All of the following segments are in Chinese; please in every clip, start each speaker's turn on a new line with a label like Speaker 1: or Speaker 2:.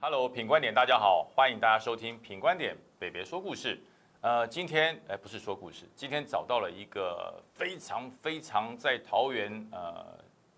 Speaker 1: Hello，品观点，大家好，欢迎大家收听品观点北北说故事。呃，今天呃不是说故事，今天找到了一个非常非常在桃园呃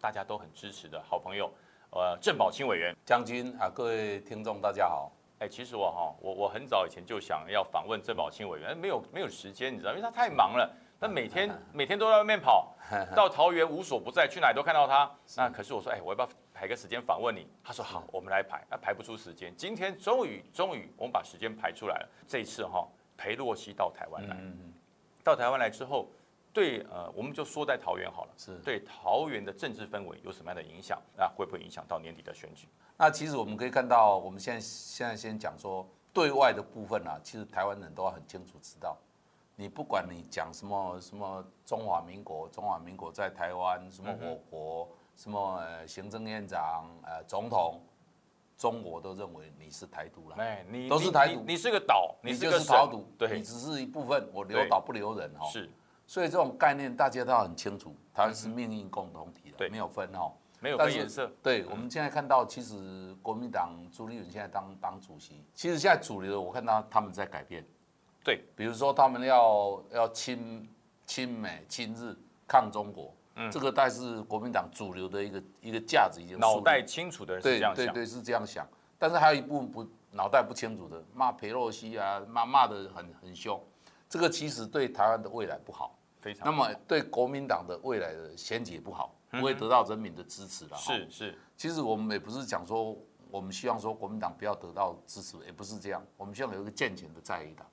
Speaker 1: 大家都很支持的好朋友，呃郑宝清委员。
Speaker 2: 将军啊，各位听众大家好。
Speaker 1: 哎，其实我哈，我我很早以前就想要访问郑宝清委员，没有没有时间，你知道，因为他太忙了，他每 天每天都在外面跑，到桃园无所不在，去哪里都看到他。那可啊是我说，哎，我要不要排个时间访问你？他说好，我们来排。那啊排不出时间，今天终于终于我们把时间排出来了。这一次哈，裴洛西到台湾来，
Speaker 2: 嗯，
Speaker 1: 到台湾来之后，对呃，我们就说在桃园好了，
Speaker 2: 是
Speaker 1: 对桃园的政治氛围有什么样的影响？那会不会影响到年底的选举？
Speaker 2: 那其实我们可以看到，我们现在现在先讲说对外的部分啊，其实台湾人都很清楚知道，你不管你讲什么什么中华民国，中华民国在台湾，什么我国，
Speaker 1: 嗯
Speaker 2: 什么、呃、行政院长，呃，总统，中国都认为你是台独了。
Speaker 1: 哎，你
Speaker 2: 都是
Speaker 1: 你
Speaker 2: 台
Speaker 1: 你
Speaker 2: 独
Speaker 1: 你是个岛，你是
Speaker 2: 就
Speaker 1: 个
Speaker 2: 是台
Speaker 1: 省
Speaker 2: 独，
Speaker 1: 对
Speaker 2: 你，只是一部分，我留
Speaker 1: 对
Speaker 2: 岛不留人哦。
Speaker 1: 是嗯
Speaker 2: 所以这种概念大家都很清楚，台湾是命运共同体
Speaker 1: 对
Speaker 2: 的，没有分哦。
Speaker 1: 没有
Speaker 2: 但
Speaker 1: 分
Speaker 2: 是
Speaker 1: 颜色，
Speaker 2: 对，我们现在看到，其实国民党朱立伦现在当党主席，其实现在主流的我看到他们在改变，
Speaker 1: 对，
Speaker 2: 比如说他们要要亲亲美、亲日、抗中国，嗯，这个大概是国民党主流的一个一个价值已经树立
Speaker 1: 脑袋清楚的人是
Speaker 2: 对
Speaker 1: 这样
Speaker 2: 对
Speaker 1: 想，
Speaker 2: 对是这样想，但是还有一部分不脑袋不清楚的骂裴洛西啊，骂骂的很很凶，这个其实对台湾的未来不好。
Speaker 1: 非常
Speaker 2: 那么对国民党的未来的选举也不好，不会得到人民的支持了。哈
Speaker 1: 嗯是是
Speaker 2: 其实我们也不是讲说我们希望说国民党不要得到支持，也不是这样，我们希望有一个健全的在野党，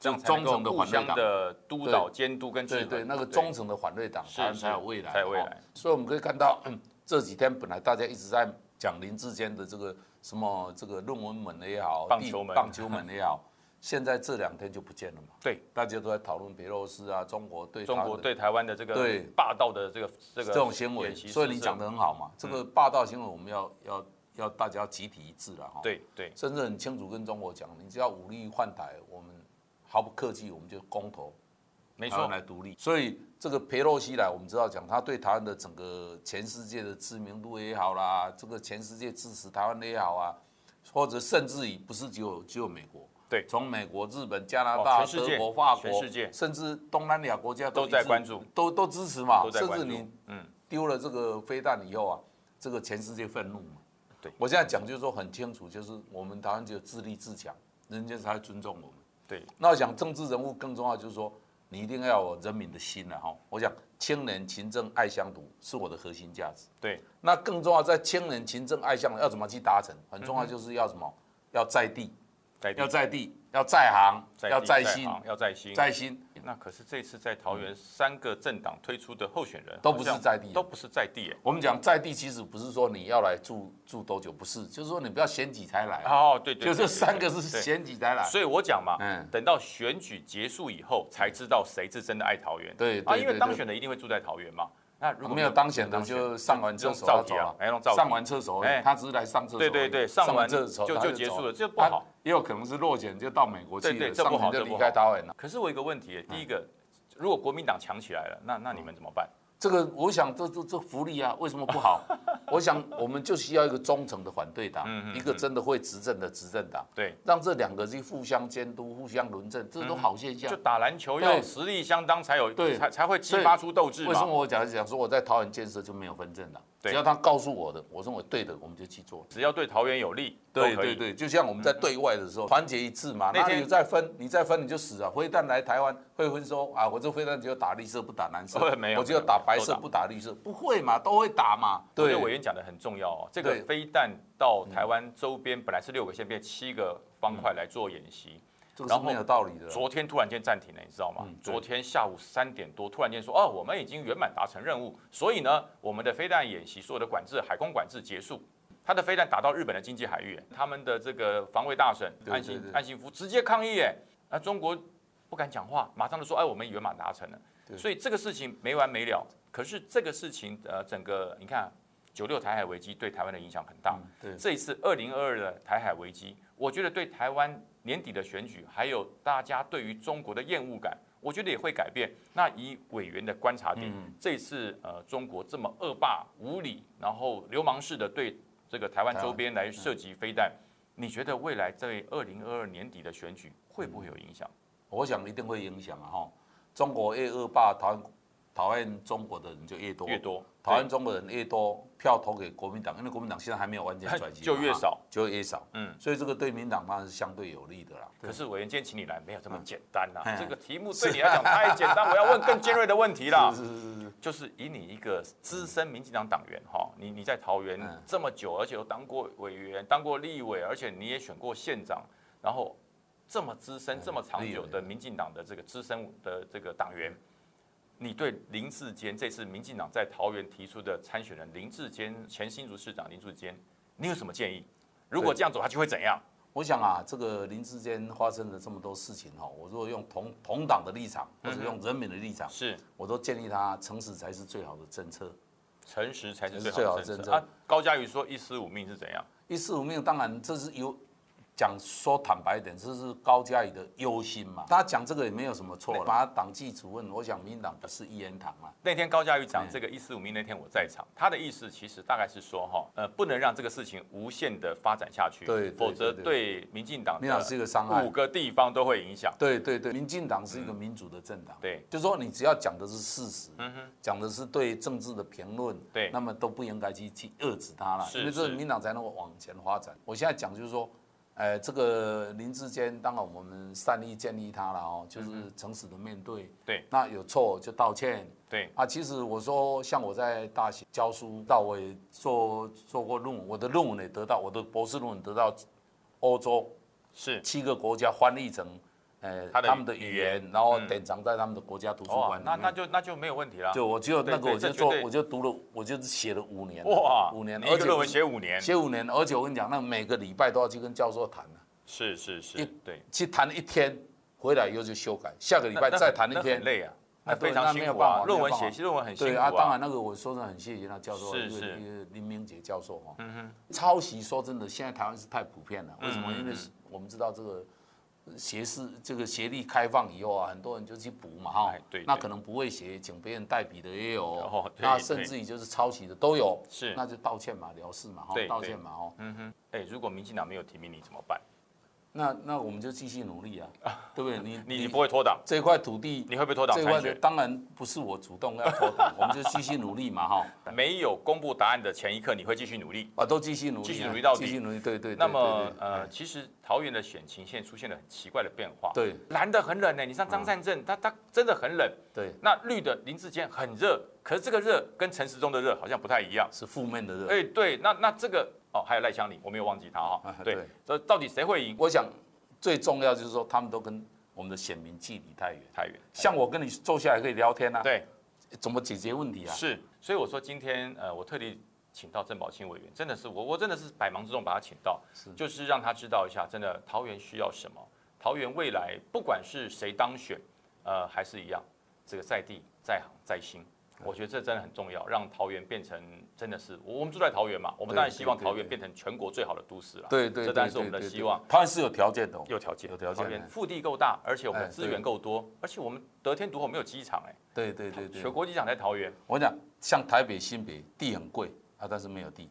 Speaker 1: 这样才能
Speaker 2: 忠
Speaker 1: 够
Speaker 2: 诚的
Speaker 1: 互
Speaker 2: 反对
Speaker 1: 相
Speaker 2: 党
Speaker 1: 的督导、监督跟制
Speaker 2: 对
Speaker 1: 衡，
Speaker 2: 对，那个忠诚的反对党，
Speaker 1: 是
Speaker 2: 台湾才有
Speaker 1: 是
Speaker 2: 未来，
Speaker 1: 才有未
Speaker 2: 哈
Speaker 1: 来
Speaker 2: 所以我们可以看到嗯这几天本来大家一直在讲林志坚的这个什么这个论文门的也好，
Speaker 1: 棒
Speaker 2: 地
Speaker 1: 球门
Speaker 2: 棒球门的也好，现在这两天就不见了嘛，
Speaker 1: 对
Speaker 2: 大家都在讨论佩洛斯啊，中国对
Speaker 1: 中
Speaker 2: 他
Speaker 1: 国
Speaker 2: 的
Speaker 1: 对台湾的这个
Speaker 2: 对
Speaker 1: 霸道的这个这个
Speaker 2: 这种行为，
Speaker 1: 演习
Speaker 2: 所以
Speaker 1: 是
Speaker 2: 你
Speaker 1: 是
Speaker 2: 讲的很好嘛，这个霸道行为我们要要要大家集体一致了哈。，
Speaker 1: 对对
Speaker 2: 甚至很清楚跟中国讲，你只要武力换台，我们毫不客气，我们就公投
Speaker 1: 没
Speaker 2: 台湾
Speaker 1: 错，
Speaker 2: 来独立。所以这个佩洛西来，我们知道讲他对台湾的整个全世界的知名度也好啦，这个全世界支持台湾的也好啊，或者甚至于不是只有只有美国。
Speaker 1: 对
Speaker 2: 从美国、日本、加拿
Speaker 1: 哦
Speaker 2: 大、
Speaker 1: 全世界
Speaker 2: 德国、法国，
Speaker 1: 全世界
Speaker 2: 甚至东南亚国家
Speaker 1: 都
Speaker 2: 一
Speaker 1: 在
Speaker 2: 致
Speaker 1: 关注，
Speaker 2: 都都支持嘛
Speaker 1: 都。在
Speaker 2: 甚
Speaker 1: 关
Speaker 2: 至
Speaker 1: 注
Speaker 2: 你
Speaker 1: 嗯
Speaker 2: 丢了这个飞弹以后啊，这个全世界愤怒嘛。
Speaker 1: 对
Speaker 2: 我现在讲就是说很清楚，就是我们台湾只有自立自强，人家才会尊重我们。
Speaker 1: 对
Speaker 2: 那我想政治人物更重要就是说，你一定要有人民的心了、啊哈。我想清廉、勤政、爱乡土是我的核心价值。
Speaker 1: 对
Speaker 2: 那更重要，在清廉、勤政、爱乡土要怎么去达成？很重要
Speaker 1: 嗯
Speaker 2: 就是要什么？要在地，
Speaker 1: 在地
Speaker 2: 要在地，要在行，
Speaker 1: 在
Speaker 2: 要
Speaker 1: 地
Speaker 2: 在
Speaker 1: 在
Speaker 2: 心，
Speaker 1: 行要在心
Speaker 2: 在心。
Speaker 1: 那可是这次在桃园三个政党推出的候选人
Speaker 2: 嗯都不是
Speaker 1: 好像
Speaker 2: 在地的
Speaker 1: 都不是在地哎。
Speaker 2: 我们讲在地，其实不是说你要来住住多久，不是，就是说你不要选举才来，啊
Speaker 1: 哦，对对，对
Speaker 2: 就这三个
Speaker 1: 对
Speaker 2: 是
Speaker 1: 对
Speaker 2: 选举才来。
Speaker 1: 所以我讲嘛，
Speaker 2: 嗯
Speaker 1: 等到选举结束以后，才知道谁是真的爱桃园。
Speaker 2: 对
Speaker 1: 啊，
Speaker 2: 对
Speaker 1: 因为
Speaker 2: 对
Speaker 1: 当
Speaker 2: 对
Speaker 1: 选的一定会住在桃园嘛。那如果
Speaker 2: 没有当选的就上完厕所
Speaker 1: 就用
Speaker 2: 要走
Speaker 1: 造假
Speaker 2: 了，
Speaker 1: 哎用造假
Speaker 2: 上完厕所
Speaker 1: 哎，
Speaker 2: 他只是来上厕所而已，
Speaker 1: 对对对上完
Speaker 2: 厕所
Speaker 1: 就
Speaker 2: 他
Speaker 1: 就结
Speaker 2: 走
Speaker 1: 束了这不
Speaker 2: 他
Speaker 1: 好
Speaker 2: 也有可能是落选就到美国去
Speaker 1: 对对
Speaker 2: 了，
Speaker 1: 这
Speaker 2: 上
Speaker 1: 不好
Speaker 2: 完就
Speaker 1: 这不
Speaker 2: 离
Speaker 1: 好
Speaker 2: 开台湾了。
Speaker 1: 可是我有一个问
Speaker 2: 嗯
Speaker 1: 题，第一个，如果国民党强起来了，那那你们怎么办？
Speaker 2: 这个我想这这这福利啊，为什么不好？我想我们就需要一个忠诚的反对党，
Speaker 1: 嗯
Speaker 2: 一个真的会执政的执政党，
Speaker 1: 对，
Speaker 2: 让这两个去互相监督、互相论证，这都好现象
Speaker 1: 嗯就。打篮球要
Speaker 2: 对
Speaker 1: 实力相当才有，
Speaker 2: 对
Speaker 1: 才才会激
Speaker 2: 所以
Speaker 1: 发出斗志
Speaker 2: 为什么
Speaker 1: 嘛。
Speaker 2: 我讲讲说我在桃园建设就没有分政党？
Speaker 1: 对
Speaker 2: 只要他告诉我的，我认为对的，我们就去做。
Speaker 1: 只要对桃园有利，
Speaker 2: 对
Speaker 1: 都可以嗯
Speaker 2: 对。对，就像我们在对外的时候团结一致嘛，
Speaker 1: 那
Speaker 2: 那
Speaker 1: 天，
Speaker 2: 你再分，你再分你就死啊！灰弹来台湾，会分说啊，我这飞弹只有打绿色不打蓝色
Speaker 1: 没有
Speaker 2: 我只有打白
Speaker 1: 都
Speaker 2: 色
Speaker 1: 打
Speaker 2: 不打绿色，不会嘛，都会打嘛。
Speaker 1: 我觉得委员讲的很重要哦。这个
Speaker 2: 对嗯
Speaker 1: 飞弹到台湾周边本来是六个县，变七个方块来做演习。
Speaker 2: 这个是没有道理的。嗯
Speaker 1: 昨天突然间暂停了，你知道吗？
Speaker 2: 对
Speaker 1: 昨天下午三点多，突然间说，哦，我们已经圆满达成任务，所以呢，我们的飞弹演习所有的管制，海空管制结束。他的飞弹打到日本的经济海域，他们的这个防卫大臣
Speaker 2: 对
Speaker 1: 岸
Speaker 2: 对
Speaker 1: 信
Speaker 2: 对
Speaker 1: 岸信夫直接抗议，哎，那中国不敢讲话，马上就说，哎，我们圆满达成了。所以这个事情没完没了。可是这个事情，呃，整个你看九六台海危机对台湾的影响很大，
Speaker 2: 对
Speaker 1: 这一次二零二二的台海危机，我觉得对台湾年底的选举，还有大家对于中国的厌恶感，我觉得也会改变。那以委员的观察点，
Speaker 2: 嗯
Speaker 1: 这次呃中国这么
Speaker 2: 嗯
Speaker 1: 恶霸无理，然后流氓式的对这个台湾周边来涉及飞弹，你觉得未来在二零二二年底的选举会不会有影响？
Speaker 2: 我想一定会影响啊！哈，中国越恶霸，讨厌讨厌中国的人就越多，
Speaker 1: 越多
Speaker 2: 讨厌中国人越多，票投给国民党，因为国民党现在还没有完全 转型嘛，
Speaker 1: 就越少
Speaker 2: 哈，就越少。
Speaker 1: 嗯，
Speaker 2: 所以这个对民党当然是相对有利的啦。
Speaker 1: 可是委员今天请你来没有这么简单呐、
Speaker 2: 嗯
Speaker 1: 这个题目对你来讲太简单，我要问更尖锐的问题啦。
Speaker 2: 是是是是，
Speaker 1: 就是以你一个资深民进党党员哈，你你在桃园
Speaker 2: 嗯
Speaker 1: 这么久，而且有当过委员、当过立委，而且你也选过县长，然后这么资深、这么长久的民进党的这个资深的这个党员，你对林志坚这次民进党在桃园提出的参选人林志坚前新竹市长林志坚，你有什么建议？如果这样走下去会怎样？
Speaker 2: 我想啊，这个林志坚发生了这么多事情哈，我如果用同同党的立场，或者用人民的立场，
Speaker 1: 是
Speaker 2: 我都建议他诚实才是最好的政策。
Speaker 1: 诚实才是
Speaker 2: 这是
Speaker 1: 最好的
Speaker 2: 最
Speaker 1: 政
Speaker 2: 好的
Speaker 1: 策
Speaker 2: 政策
Speaker 1: 啊！高嘉瑜说一尸五命是怎样？
Speaker 2: 一四五命，当然这是有讲说坦白一点，这是高嘉宇的忧心嘛。他讲这个也没有什么错啦，把他党纪处分，我想民进党不是一言堂啊。
Speaker 1: 那天高嘉瑜讲这个一四五名那天我在场，他的意思其实大概是说哈，呃，不能让这个事情无限的发展下去，
Speaker 2: 对对
Speaker 1: 否则
Speaker 2: 对
Speaker 1: 对民进党
Speaker 2: 民进党是一个伤害
Speaker 1: 五个地方都会影响。
Speaker 2: 对对对，民进党是一个民主的政党，
Speaker 1: 对
Speaker 2: 就说你只要讲的是事实，讲的是对政治的评论，
Speaker 1: 嗯对
Speaker 2: 那么都不应该去去遏制它了，
Speaker 1: 是
Speaker 2: 因为这个
Speaker 1: 是
Speaker 2: 民党才能够往前发展。我现在讲就是说，呃，这个林志坚，当然我们善意建议他了哦，就是诚实的面对，
Speaker 1: 嗯对
Speaker 2: 那有错就道歉。
Speaker 1: 对，
Speaker 2: 啊，其实我说，像我在大学教书，到我也做做过论文，我的论文也得到我的博士论文得到欧洲
Speaker 1: 是
Speaker 2: 七个国家翻译成，呃，
Speaker 1: 他的
Speaker 2: 他们的
Speaker 1: 语
Speaker 2: 语
Speaker 1: 言
Speaker 2: 言，然后
Speaker 1: 嗯
Speaker 2: 典藏在他们的国家图书
Speaker 1: 哦
Speaker 2: 馆，里
Speaker 1: 那
Speaker 2: 面。
Speaker 1: 那就那就没有问题了。
Speaker 2: 嗯就我只有那个，
Speaker 1: 对对
Speaker 2: 我就
Speaker 1: 这绝
Speaker 2: 做
Speaker 1: 对，
Speaker 2: 我就读了，我就是写了五年。
Speaker 1: 哇，
Speaker 2: 五年，
Speaker 1: 你一
Speaker 2: 而
Speaker 1: 个
Speaker 2: 且
Speaker 1: 论文写五年，
Speaker 2: 写五年，而且我跟你讲，那每个礼拜都要去跟教授谈啊
Speaker 1: 是是是
Speaker 2: 一，
Speaker 1: 对，
Speaker 2: 去谈一天，回来以后就修改，下个礼拜
Speaker 1: 那
Speaker 2: 再
Speaker 1: 很
Speaker 2: 谈一
Speaker 1: 那
Speaker 2: 天
Speaker 1: 很。累啊，那
Speaker 2: 啊对
Speaker 1: 非常
Speaker 2: 那
Speaker 1: 辛
Speaker 2: 没有
Speaker 1: 苦
Speaker 2: 办
Speaker 1: 啊
Speaker 2: 法，
Speaker 1: 论文
Speaker 2: 没有办
Speaker 1: 写
Speaker 2: 法
Speaker 1: 论文很辛
Speaker 2: 对
Speaker 1: 苦
Speaker 2: 啊，当
Speaker 1: 啊
Speaker 2: 然。那个我说真的很谢谢那教授，
Speaker 1: 是
Speaker 2: 因为
Speaker 1: 是嗯
Speaker 2: 因为林明杰教授哈。抄袭说真的，现在台湾是太普遍了。为什么？因
Speaker 1: 嗯
Speaker 2: 为是我们知道这个学士这个学历开放以后啊，很多人就去补嘛哈
Speaker 1: 哎。对
Speaker 2: 那
Speaker 1: 对
Speaker 2: 可能不会写，请别人代笔的也有
Speaker 1: 哦，对
Speaker 2: 那
Speaker 1: 对
Speaker 2: 甚至于就是抄袭的都有。
Speaker 1: 是
Speaker 2: 那就道歉嘛，了事嘛哈
Speaker 1: 对，
Speaker 2: 道
Speaker 1: 对
Speaker 2: 歉嘛哈。
Speaker 1: 哎，如果民进党没有提名你怎么办？
Speaker 2: 那那我们就继续努力啊，对不对？你
Speaker 1: 你你不会脱党，
Speaker 2: 这块土地，
Speaker 1: 你会不会脱党
Speaker 2: 这
Speaker 1: 参
Speaker 2: 块的
Speaker 1: 选？
Speaker 2: 当然不是我主动要投党，我们就继续努力嘛哈。
Speaker 1: 没有公布答案的前一刻，你会继续努力。
Speaker 2: 啊，都继续努力啊，
Speaker 1: 继续努力到底
Speaker 2: 继续努力，对对。对
Speaker 1: 那么
Speaker 2: 对哎
Speaker 1: 呃，其实桃园的选情现在出现了很奇怪的变化，
Speaker 2: 对嗯
Speaker 1: 蓝的很冷呢、你像张善政，他他真的很冷，
Speaker 2: 对，
Speaker 1: 那绿的林志坚很热，可是这个热跟陈时中的热好像不太一样，
Speaker 2: 是负面的热。
Speaker 1: 哎，对，那那这个哦，还有赖香林，我没有忘记他哈、
Speaker 2: 啊
Speaker 1: 对
Speaker 2: 对，
Speaker 1: 这到底谁会赢？
Speaker 2: 我想最重要就是说，他们都跟我们的选民距离太远。
Speaker 1: 太远，
Speaker 2: 像我跟你坐下来可以聊天啊，，
Speaker 1: 对，
Speaker 2: 怎么解决问题啊？
Speaker 1: 是，所以我说今天呃，我特地请到郑宝清委员，真的是我我真的是百忙之中把他请到，就是让他知道一下，真的桃园需要什么，桃园未来不管是谁当选，呃，还是一样，这个在地在行在心。我觉得这真的很重要，让桃园变成真的是我我们住在桃园嘛，我们
Speaker 2: 对
Speaker 1: 当然希望
Speaker 2: 对对
Speaker 1: 桃园
Speaker 2: 对
Speaker 1: 变成全国最好的都市了。
Speaker 2: 对对，
Speaker 1: 这当然是我们的
Speaker 2: 对对
Speaker 1: 希望。
Speaker 2: 对他们是有条件的哦，
Speaker 1: 有条件，
Speaker 2: 有条件
Speaker 1: 桃园
Speaker 2: 哎
Speaker 1: 腹地够大，而且我们的
Speaker 2: 哎
Speaker 1: 资源
Speaker 2: 对
Speaker 1: 够多，而且我们得天独厚，没有机场哎，
Speaker 2: 对对对
Speaker 1: 全
Speaker 2: 对。
Speaker 1: 国机场在桃园。
Speaker 2: 我讲像台北、新北地很贵啊，但是没有地。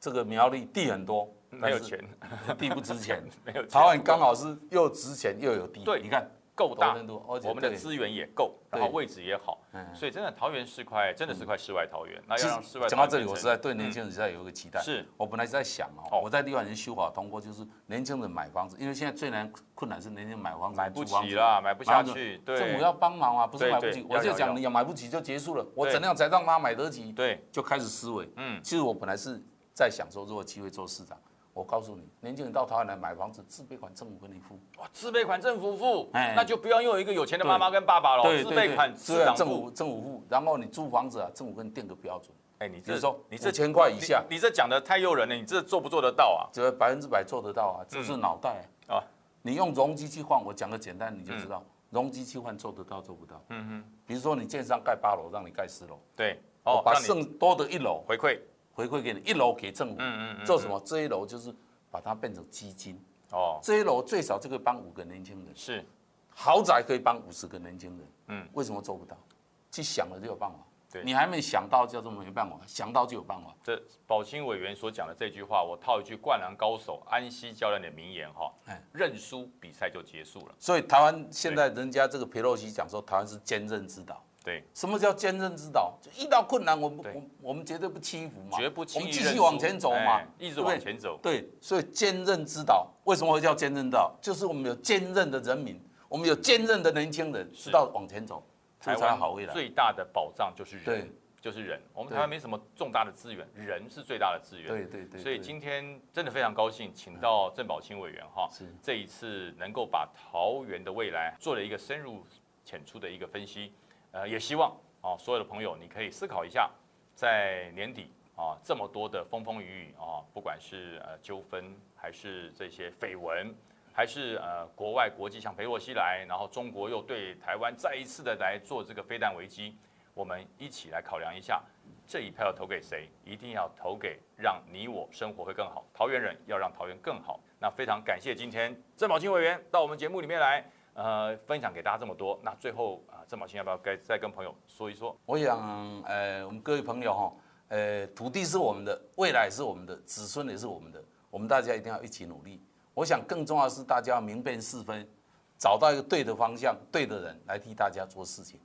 Speaker 2: 这个苗栗地很多，
Speaker 1: 没有钱，
Speaker 2: 但是，地不值钱。
Speaker 1: 没有钱
Speaker 2: 台湾刚好是又值钱又有地，
Speaker 1: 对
Speaker 2: 你看
Speaker 1: 够大
Speaker 2: 多人多，而且
Speaker 1: 我们的
Speaker 2: 对
Speaker 1: 资源也够，然后位置也好，
Speaker 2: 嗯
Speaker 1: 所以真的桃园是块真的是块世外桃源。那
Speaker 2: 其
Speaker 1: 要
Speaker 2: 实
Speaker 1: 让世外
Speaker 2: 讲
Speaker 1: 桃
Speaker 2: 到
Speaker 1: 源
Speaker 2: 这里，
Speaker 1: 变成
Speaker 2: 我
Speaker 1: 嗯
Speaker 2: 实在对年轻人实在有一个期待。
Speaker 1: 是
Speaker 2: 我本来是在想
Speaker 1: 哦
Speaker 2: 哦，我在立法院修法通过，就是年轻人买房子，因为现在最难困难是年轻人买房子、
Speaker 1: 买不
Speaker 2: 租房
Speaker 1: 起
Speaker 2: 子。
Speaker 1: 啦，买不下
Speaker 2: 房子
Speaker 1: 去，
Speaker 2: 政
Speaker 1: 对
Speaker 2: 府要帮忙啊，不是
Speaker 1: 对
Speaker 2: 买不
Speaker 1: 对
Speaker 2: 起。
Speaker 1: 要
Speaker 2: 我就
Speaker 1: 要要
Speaker 2: 讲你要买不起就结束了，我
Speaker 1: 对
Speaker 2: 怎样才让他买得起？
Speaker 1: 对，
Speaker 2: 就开始思维。
Speaker 1: 嗯，
Speaker 2: 其实我本来是在想说，如果有机会做市长，我告诉你，年轻人到台湾来买房子，自备款政府给你付。
Speaker 1: 哇，自备款政府付，
Speaker 2: 哎
Speaker 1: 那就不要又有一个有钱的妈妈跟爸爸喽，
Speaker 2: 对
Speaker 1: 哦自
Speaker 2: 对
Speaker 1: 备
Speaker 2: 对
Speaker 1: 款
Speaker 2: 自
Speaker 1: 市
Speaker 2: 备
Speaker 1: 长
Speaker 2: 款政
Speaker 1: 付
Speaker 2: 府。政府付，然后你租房子啊，政府给你定个标准，
Speaker 1: 哎，你
Speaker 2: 比
Speaker 1: 这
Speaker 2: 如说
Speaker 1: 你这
Speaker 2: 五千块以下，
Speaker 1: 你这讲的太诱人了，你这做不做得到啊？
Speaker 2: 只要百分之百做得到啊，这是脑袋
Speaker 1: 啊嗯
Speaker 2: 啊。你用容积去换，我讲个简单你就知道，容积去换做得到做不到。嗯哼，比如说你建商盖八楼，让你盖十楼，
Speaker 1: 对，
Speaker 2: 我
Speaker 1: 哦，
Speaker 2: 把
Speaker 1: 让你嗯
Speaker 2: 剩多的一楼
Speaker 1: 回馈
Speaker 2: 回馈给你，一楼给政府，做什么？这一楼就是把它变成基金，
Speaker 1: 哦，
Speaker 2: 这一楼最少就可以帮五个年轻人，
Speaker 1: 是
Speaker 2: 豪宅可以帮五十个年轻人。
Speaker 1: 嗯
Speaker 2: 嗯，为什么做不到？去想了就有办法。
Speaker 1: 对
Speaker 2: 你还没想到叫做没办法，想到就有办法。
Speaker 1: 这宝清委员所讲的这句话，我套一句《灌篮高手》安西教练的名言哈
Speaker 2: 哎，
Speaker 1: 认输比赛就结束了。
Speaker 2: 所以台湾现在人家这个佩洛西讲说，台湾是坚韧之岛。
Speaker 1: 对，
Speaker 2: 什么叫坚韧之岛？就遇到困难，我们
Speaker 1: 对
Speaker 2: 我们我们绝对不欺负嘛，
Speaker 1: 绝不轻
Speaker 2: 我
Speaker 1: 易
Speaker 2: 们
Speaker 1: 认
Speaker 2: 继
Speaker 1: 输
Speaker 2: 续往前走嘛
Speaker 1: 哎，一直
Speaker 2: 对不对
Speaker 1: 往前走。
Speaker 2: 对，所以坚韧之岛为什么会叫坚韧之岛？就是我们有坚韧的人民，我们有坚韧的年轻人，知道往前走，这
Speaker 1: 台
Speaker 2: 个才有
Speaker 1: 湾
Speaker 2: 好未来。
Speaker 1: 最大的保障就是
Speaker 2: 对
Speaker 1: 人，就是人。我们
Speaker 2: 对
Speaker 1: 台湾没什么重大的资源，人是最大的资源。
Speaker 2: 对对对
Speaker 1: 所以
Speaker 2: 对
Speaker 1: 今天真的非常高兴，请到郑宝清委员哈
Speaker 2: 是，
Speaker 1: 这一次能够把桃园的未来做了一个深入浅出的一个分析，呃，也希望啊所有的朋友你可以思考一下，在年底啊这么多的风风雨雨啊，不管是呃纠纷还是这些绯闻。还是呃，国外国际像裴洛西来，然后中国又对台湾再一次的来做这个飞弹危机，我们一起来考量一下，这一票投给谁，一定要投给让你我生活会更好，桃园人要让桃园更好。那非常感谢今天郑宝清委员到我们节目里面来，呃，分享给大家这么多。那最后啊，郑宝清要不要该再跟朋友说一说？
Speaker 2: 我想，呃，我们各位朋友哈，呃，土地是我们的，未来是我们的，子孙也是我们的，我们大家一定要一起努力。我想更重要的是，大家要明辨是非，找到一个对的方向、对的人来替大家做事情。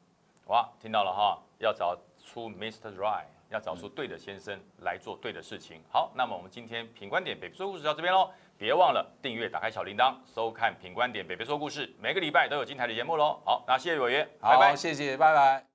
Speaker 1: 哇，听到了哈，要找出 Mr. Right，要找出对的先生来做对的事情。好，那么我们今天品观点北北说故事到这边喽，别忘了订阅、打开小铃铛，收看品观点北北说故事，每个礼拜都有精彩的节目喽。好，那谢谢委员，
Speaker 2: 好，
Speaker 1: 拜拜。
Speaker 2: 谢谢，拜拜。